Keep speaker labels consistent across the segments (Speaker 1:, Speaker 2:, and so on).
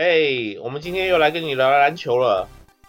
Speaker 1: 哎们今天又来跟你聊聊篮球了。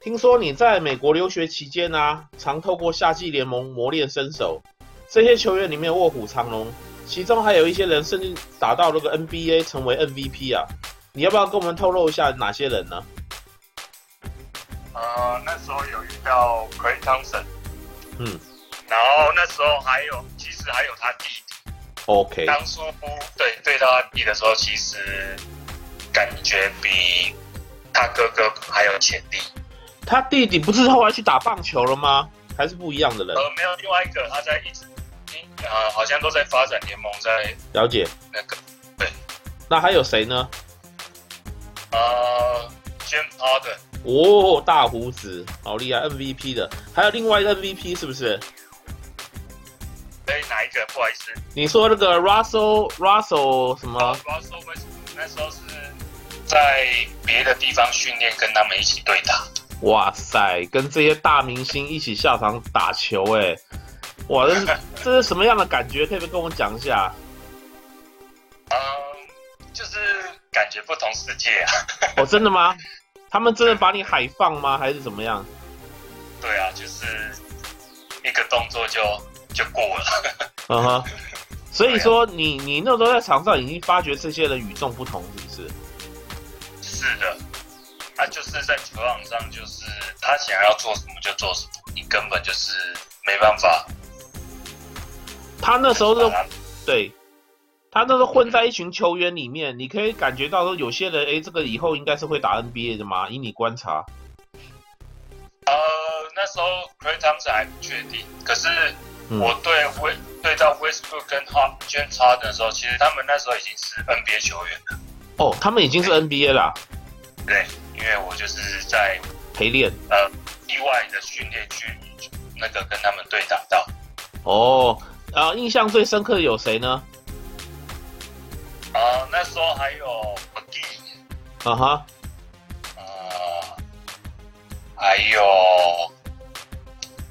Speaker 1: 听说你在美国留学期间啊，常透过夏季联盟磨练身手。这些球员里面卧虎藏龙，其中还有一些人甚至打到那个 NBA 成为 MVP 啊。你要不要跟我们透露一下哪些人呢？
Speaker 2: 呃，那时候有遇到 Clay Thompson，
Speaker 1: 嗯
Speaker 2: 然后那时候还有，其实还有他弟弟。
Speaker 1: ，OK，
Speaker 2: 当初对对他弟的时候，其实感觉比他哥哥还有潜力。
Speaker 1: 他弟弟不是后来去打棒球了吗？还是不一样的人？
Speaker 2: 呃，没有另外一个，他在一直，呃，好像都在发展联盟，在
Speaker 1: 了解。
Speaker 2: 那个
Speaker 1: 那还有谁呢？
Speaker 2: 呃，James Harden，
Speaker 1: 哦，大胡子，好厉害，MVP 的，还有另外一个 MVP 是不是？
Speaker 2: 哎，哪一个？不好意思，
Speaker 1: 你说那个 Russell Russell 什么
Speaker 2: 啊，主要是为什么那时候是在别的地方训练，跟他们一起对打。
Speaker 1: 哇塞，跟这些大明星一起下场打球、欸，哎，哇，这是这是什么样的感觉？可以不可以跟我们讲一下？
Speaker 2: 嗯，就是感觉不同世界啊。
Speaker 1: 哦，真的吗？他们真的把你海放吗？还是怎么样？
Speaker 2: 对啊，就是一个动作就就过了。
Speaker 1: 嗯哼，所以说你你那时候在场上已经发觉这些人与众不同，是不是？
Speaker 2: 是的，他就是在球场上，就是他想要做什么就做什么，你根本就是没办法
Speaker 1: 他那时候
Speaker 2: 把
Speaker 1: 是
Speaker 2: 他。
Speaker 1: 对，他那时候混在一群球员里面，你可以感觉到说有些人，哎，这个以后应该是会打 NBA 的嘛？以你观察，
Speaker 2: 呃，那时候 Clay Thompson 还不确定，可是
Speaker 1: 嗯
Speaker 2: 我对威、对到 Westbrook 跟 Hard James Harden 的时候，其实他们那时候已经是 NBA 球员了。
Speaker 1: 哦，他们已经是 NBA 啦，
Speaker 2: 对，因为我就是在
Speaker 1: 陪练。
Speaker 2: 呃意外的训练区那个跟他们对打到。
Speaker 1: 哦，啊、印象最深刻的有谁呢？
Speaker 2: 呃，那时候还有 McGee，
Speaker 1: 啊哈，
Speaker 2: 呃，还有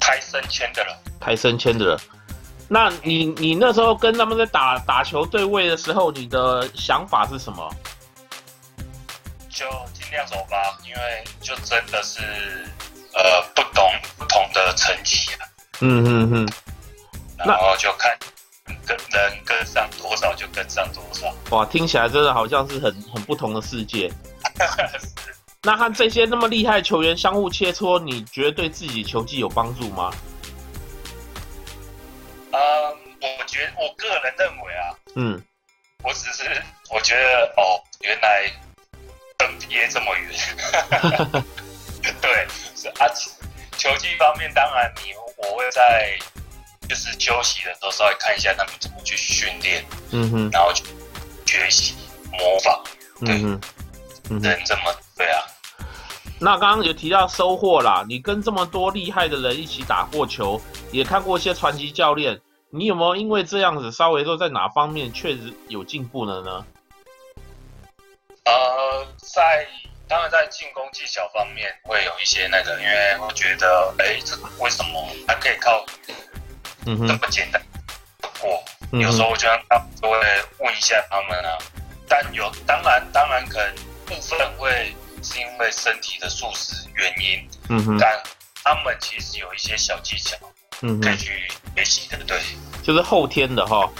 Speaker 2: 泰森签的了。
Speaker 1: 台生签的人。那你你那时候跟他们在打打球对位的时候，你的想法是什么？
Speaker 2: 就尽量走吧，因为就真的是呃不懂不同的层级啊，
Speaker 1: 嗯嗯嗯，那
Speaker 2: 然后就看跟能跟上多少就跟上多少。
Speaker 1: 哇，听起来真的好像是很很不同的世界。那和这些那么厉害的球员相互切磋，你觉得对自己球技有帮助吗？
Speaker 2: 呃，我觉我个人认为啊，
Speaker 1: 嗯，
Speaker 2: 我只是我觉得哦，原来 NBA 这么远，对，是啊，其球技方面当然你我会在就是休息的时候稍微看一下他们怎么去训练，
Speaker 1: 嗯哼，
Speaker 2: 然后去学习模仿。
Speaker 1: 嗯哼，嗯哼。
Speaker 2: 人这么对啊，
Speaker 1: 那刚刚有提到收获啦，你跟这么多厉害的人一起打过球，也看过一些传奇教练，你有没有因为这样子稍微说在哪方面确实有进步了呢？
Speaker 2: 呃，在当然在进攻技巧方面会有一些那个，因为我觉得，哎，这个为什么他可以靠
Speaker 1: 嗯
Speaker 2: 这
Speaker 1: 哼，
Speaker 2: 么简单的过？
Speaker 1: 嗯
Speaker 2: 有时
Speaker 1: 哼，
Speaker 2: 候我就让他们都会问一下他们啊，但有当然当然可能部分会是因为身体的素质原因，
Speaker 1: 嗯哼，
Speaker 2: 但他们其实有一些小技巧
Speaker 1: 嗯
Speaker 2: 可以
Speaker 1: 哼，
Speaker 2: 去学习的，对，
Speaker 1: 就是后天的哈，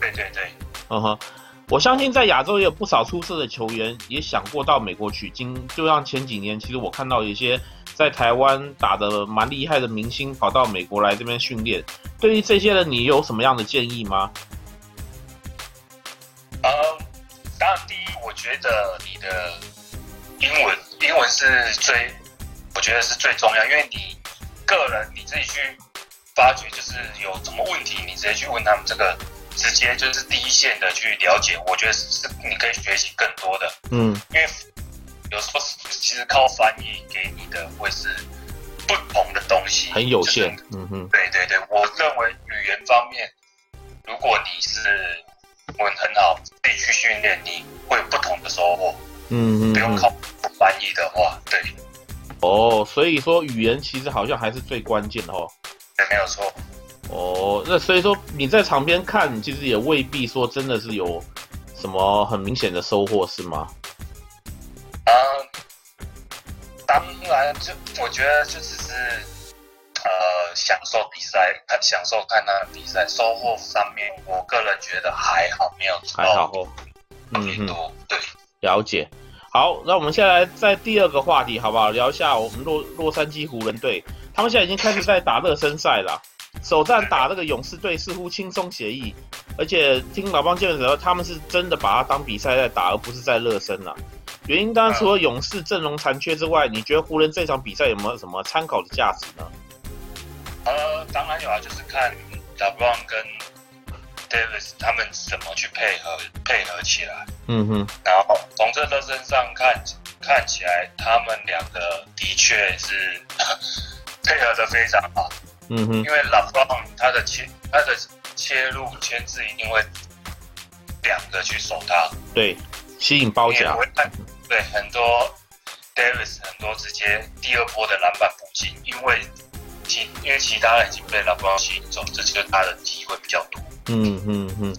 Speaker 2: 对对对，
Speaker 1: 嗯哼。我相信在亚洲也有不少出色的球员也想过到美国取经，就像前几年，其实我看到有一些在台湾打的蛮厉害的明星跑到美国来这边训练。对于这些人，你有什么样的建议吗？
Speaker 2: 呃，当然，第一，我觉得你的英文，英文是最，我觉得是最重要，因为你个人你自己去发掘，就是有什么问题，你直接去问他们，这个直接就是第一线的去了解，我觉得是是你可以学习更多的，
Speaker 1: 嗯
Speaker 2: 因为有时候其实靠翻译给你的会是不同的东西，
Speaker 1: 很有
Speaker 2: 就是
Speaker 1: 限。嗯哼，
Speaker 2: 对对对，我认为语言方面，如果你是文很好，自己去训练，你会有不同的收获。
Speaker 1: 嗯哼，
Speaker 2: 不用靠翻译的话，对，
Speaker 1: 哦，所以说语言其实好像还是最关键的哦。
Speaker 2: 对，没有错。
Speaker 1: 哦，那所以说你在场边看，你其实也未必说真的是有什么很明显的收获，是吗？
Speaker 2: 嗯，来就我觉得就只是呃享受比赛，看享受看他的比赛，收获上面我个人觉得还好，没有
Speaker 1: 还好
Speaker 2: 到
Speaker 1: 哦。嗯嗯，
Speaker 2: 顶多、对。
Speaker 1: 了解。好，那我们现在在第二个话题，好不好？聊一下我们洛洛杉矶湖人队，他们现在已经开始在打热身赛了。首战打那个勇士队似乎轻松协议，而且听老帮建的时候，他们是真的把它当比赛在打，而不是在热身了。原因当然除了勇士阵容残缺之外，你觉得湖人这场比赛有没有什么参考的价值呢？
Speaker 2: 呃，当然有啊，就是看 LeBron 跟 Davis 他们怎么去配合配合起来。
Speaker 1: 嗯哼，
Speaker 2: 然后从这热身上看看起来，他们两个的确是 配合的非常好。
Speaker 1: 嗯哼，
Speaker 2: 因为 LeBron 他的切他的切入牵制一定会两个去守他，
Speaker 1: 对，吸引包
Speaker 2: 因为
Speaker 1: 夹
Speaker 2: 哎我，会看对很多 Davis 很多直接第二波的篮板补进，因为其因为其他人已经被 LeBron 吸引走，这就是他的机会比较多。
Speaker 1: 嗯嗯嗯。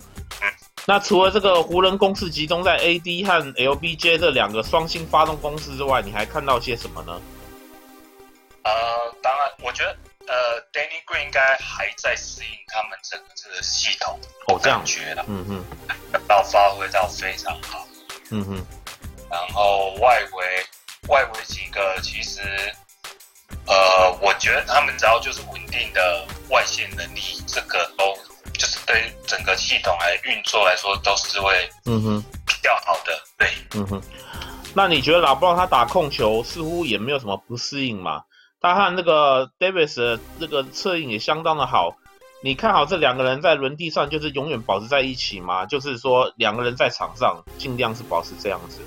Speaker 1: 那除了这个湖人攻势集中在 AD 和 LBJ 这两个双星发动攻势之外，你还看到些什么呢？
Speaker 2: 呃，当然，我觉得呃，Danny Green 应该还在适应他们整个这个系统，
Speaker 1: 哦，这样
Speaker 2: 感，觉了，
Speaker 1: 嗯哼，
Speaker 2: 到发挥到非常好。
Speaker 1: 嗯哼，
Speaker 2: 然后外围外围几个其实，呃，我觉得他们只要就是稳定的外线能力，这个都就是对整个系统来运作来说都是会
Speaker 1: 嗯哼，
Speaker 2: 比较好的。对，
Speaker 1: 嗯哼。那你觉得老布朗他打控球似乎也没有什么不适应嘛？他和那个 Davis 的这个策应也相当的好。你看好这两个人在轮地上就是永远保持在一起吗？就是说两个人在场上尽量是保持这样子。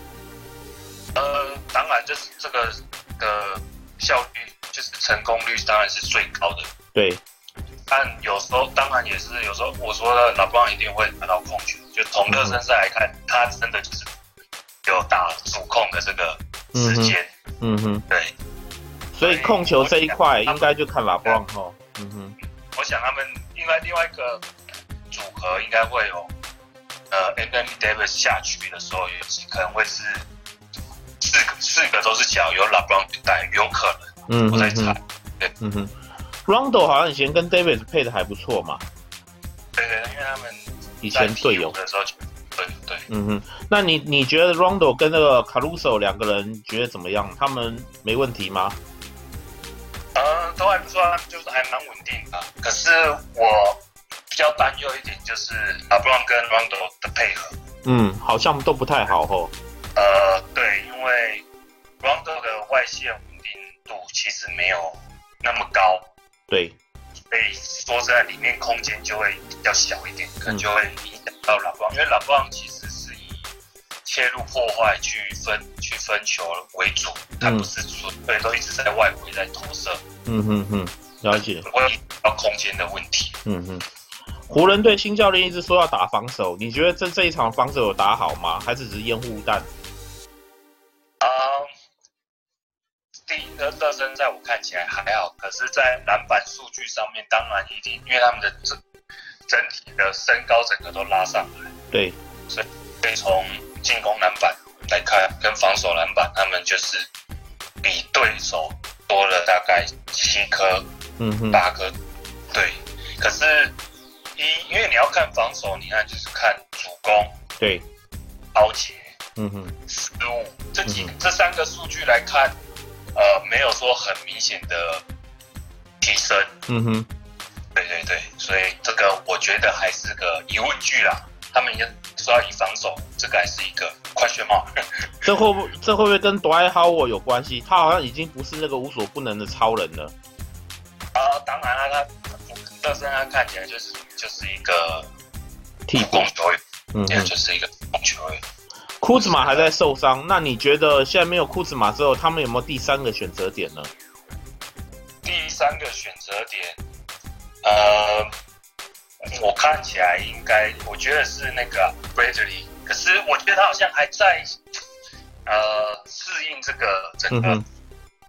Speaker 2: 呃，当然就是这个的效率就是成功率当然是最高的，
Speaker 1: 对，
Speaker 2: 但有时候当然也是有时候我说的老布朗一定会拿到控球，就从热身赛来看，他真的就是有打主控的这个时间。
Speaker 1: 嗯哼。
Speaker 2: 对，
Speaker 1: 所以控球这一块应该就看拉布朗哦。嗯哼，
Speaker 2: 我想他们另外另外一个组合应该会有，呃，Anthony Davis 下去的时候，有可能会是四个四个都是脚，有 LeBron 去带，有可能
Speaker 1: 嗯
Speaker 2: 我在猜。
Speaker 1: 哼，嗯哼。Rondo 好像以前跟 Davis 配的还不错嘛，
Speaker 2: 对对，因为他们
Speaker 1: 以
Speaker 2: 在
Speaker 1: 前队
Speaker 2: 替
Speaker 1: 友
Speaker 2: 补。的时候就，对对，
Speaker 1: 嗯哼，那你你觉得 Rondo 跟那个 Caruso 两个人觉得怎么样？他们没问题吗？
Speaker 2: 呃，都还不错啊，就是还蛮稳定的。可是我比较担忧一点就是 LeBron 跟 Rondo 的配合。
Speaker 1: 嗯，好像都不太好哦。
Speaker 2: 呃，对，因为 Rondo 的外线稳定度其实没有那么高，
Speaker 1: 对，
Speaker 2: 所以说实在里面空间就会比较小一点，可能就会影响到老棒，因为老棒其实是以切入破坏去分去分球为主，它
Speaker 1: 嗯
Speaker 2: 不是说对都一直在外围在投射，
Speaker 1: 嗯哼哼，了解。
Speaker 2: 会影响到空间的问题。
Speaker 1: 嗯哼，湖人队新教练一直说要打防守，你觉得这这一场防守有打好吗？还是只是烟雾弹？
Speaker 2: 啊、第一个热身赛我看起来还好，可是，在篮板数据上面，当然一定，因为他们的整整体的身高整个都拉上来，
Speaker 1: 对，
Speaker 2: 所以可以从进攻篮板来看，跟防守篮板，他们就是比对手多了大概七颗、
Speaker 1: 嗯哼，
Speaker 2: 八颗。对，可是一因为你要看防守，你看就是看主攻、
Speaker 1: 对，
Speaker 2: 超截、
Speaker 1: 嗯哼，
Speaker 2: 失误这几
Speaker 1: 嗯
Speaker 2: 这三个数据来看，呃，没有说很明显的提升。
Speaker 1: 嗯哼。
Speaker 2: 对对对，所以这个我觉得还是个疑问句啦。他们也说要以防守，这个还是一个快旋帽。
Speaker 1: 这会不这会不会跟 d w i g h Howard 有关系？他好像已经不是那个无所不能的超人了。
Speaker 2: 啊，当然了，他热身他看起来就是就是一个
Speaker 1: 替
Speaker 2: 攻球员，
Speaker 1: 嗯
Speaker 2: 也就是一个攻球员。
Speaker 1: 库兹马还在受伤，那你觉得现在没有库兹马之后，他们有没有第三个选择点呢？
Speaker 2: 第三个选择点，呃，我看起来应该，我觉得是那个 Bradley，可是我觉得他好像还在呃适应这个整
Speaker 1: 嗯
Speaker 2: 个
Speaker 1: 哼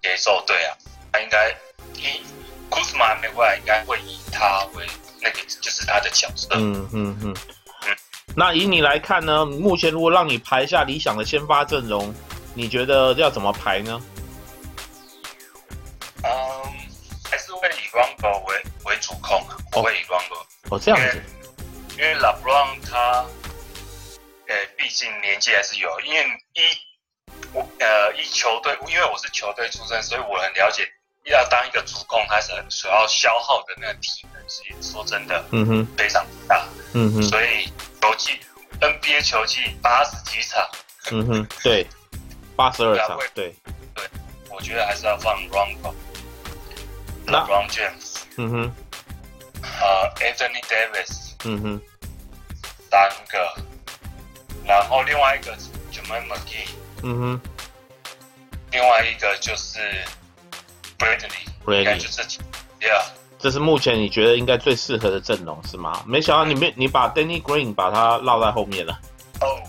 Speaker 2: 节奏，对啊，他应该以 Kuzma 没过来，应该会以他为那个就是他的角色。
Speaker 1: 嗯嗯嗯。那以你来看呢？目前如果让你排一下理想的先发阵容，你觉得要怎么排呢？
Speaker 2: 嗯不会 Rumble，、
Speaker 1: 哦，这样子，
Speaker 2: 因为 LeBron 他，呃，毕竟年纪还是有，因为一我呃一球队，因为我是球队出身，所以我很了解要当一个主控，他所所要消耗的那个体能，是说真的
Speaker 1: 嗯哼，
Speaker 2: 非常大，
Speaker 1: 嗯哼，
Speaker 2: 所以球技 NBA 球技八十几场，
Speaker 1: 嗯哼，对，八十二
Speaker 2: 对啊
Speaker 1: 场
Speaker 2: 会，
Speaker 1: 对，
Speaker 2: 我觉得还是要放 Rumble。
Speaker 1: 那
Speaker 2: LeBron James，
Speaker 1: 嗯哼，
Speaker 2: 呃，Anthony Davis，
Speaker 1: 嗯哼，
Speaker 2: 三个，然后另外一个就 m a m McGee，
Speaker 1: 嗯哼，
Speaker 2: 另外一个就是 Bradley，
Speaker 1: Bradley
Speaker 2: 应该就是 Yeah，
Speaker 1: 这是目前你觉得应该最适合的阵容是吗？没想到你没你把 Danny Green 把他落在后面了，
Speaker 2: 哦，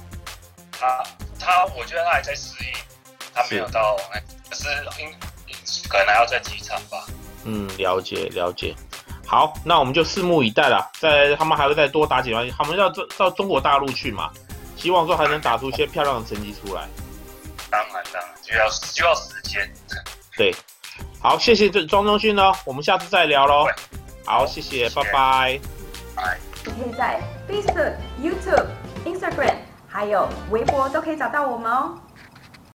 Speaker 2: 他他我觉得他还在适应，他没有
Speaker 1: 是
Speaker 2: 到，可是应可能还要再几场吧。
Speaker 1: 嗯，了解了解。好，那我们就拭目以待啦。在他们还会再多打几场，他们要到到中国大陆去嘛，希望说还能打出一些漂亮的成绩出来。
Speaker 2: 当然当然，就要就要时间。
Speaker 1: 对，好，谢谢这庄中勋呢，我们下次再聊喽
Speaker 2: 对。
Speaker 1: 好，谢谢，
Speaker 2: 谢谢
Speaker 1: 拜拜。
Speaker 2: 哎，
Speaker 3: 可以在 Facebook、YouTube、Instagram 还有微博都可以找到我们哦。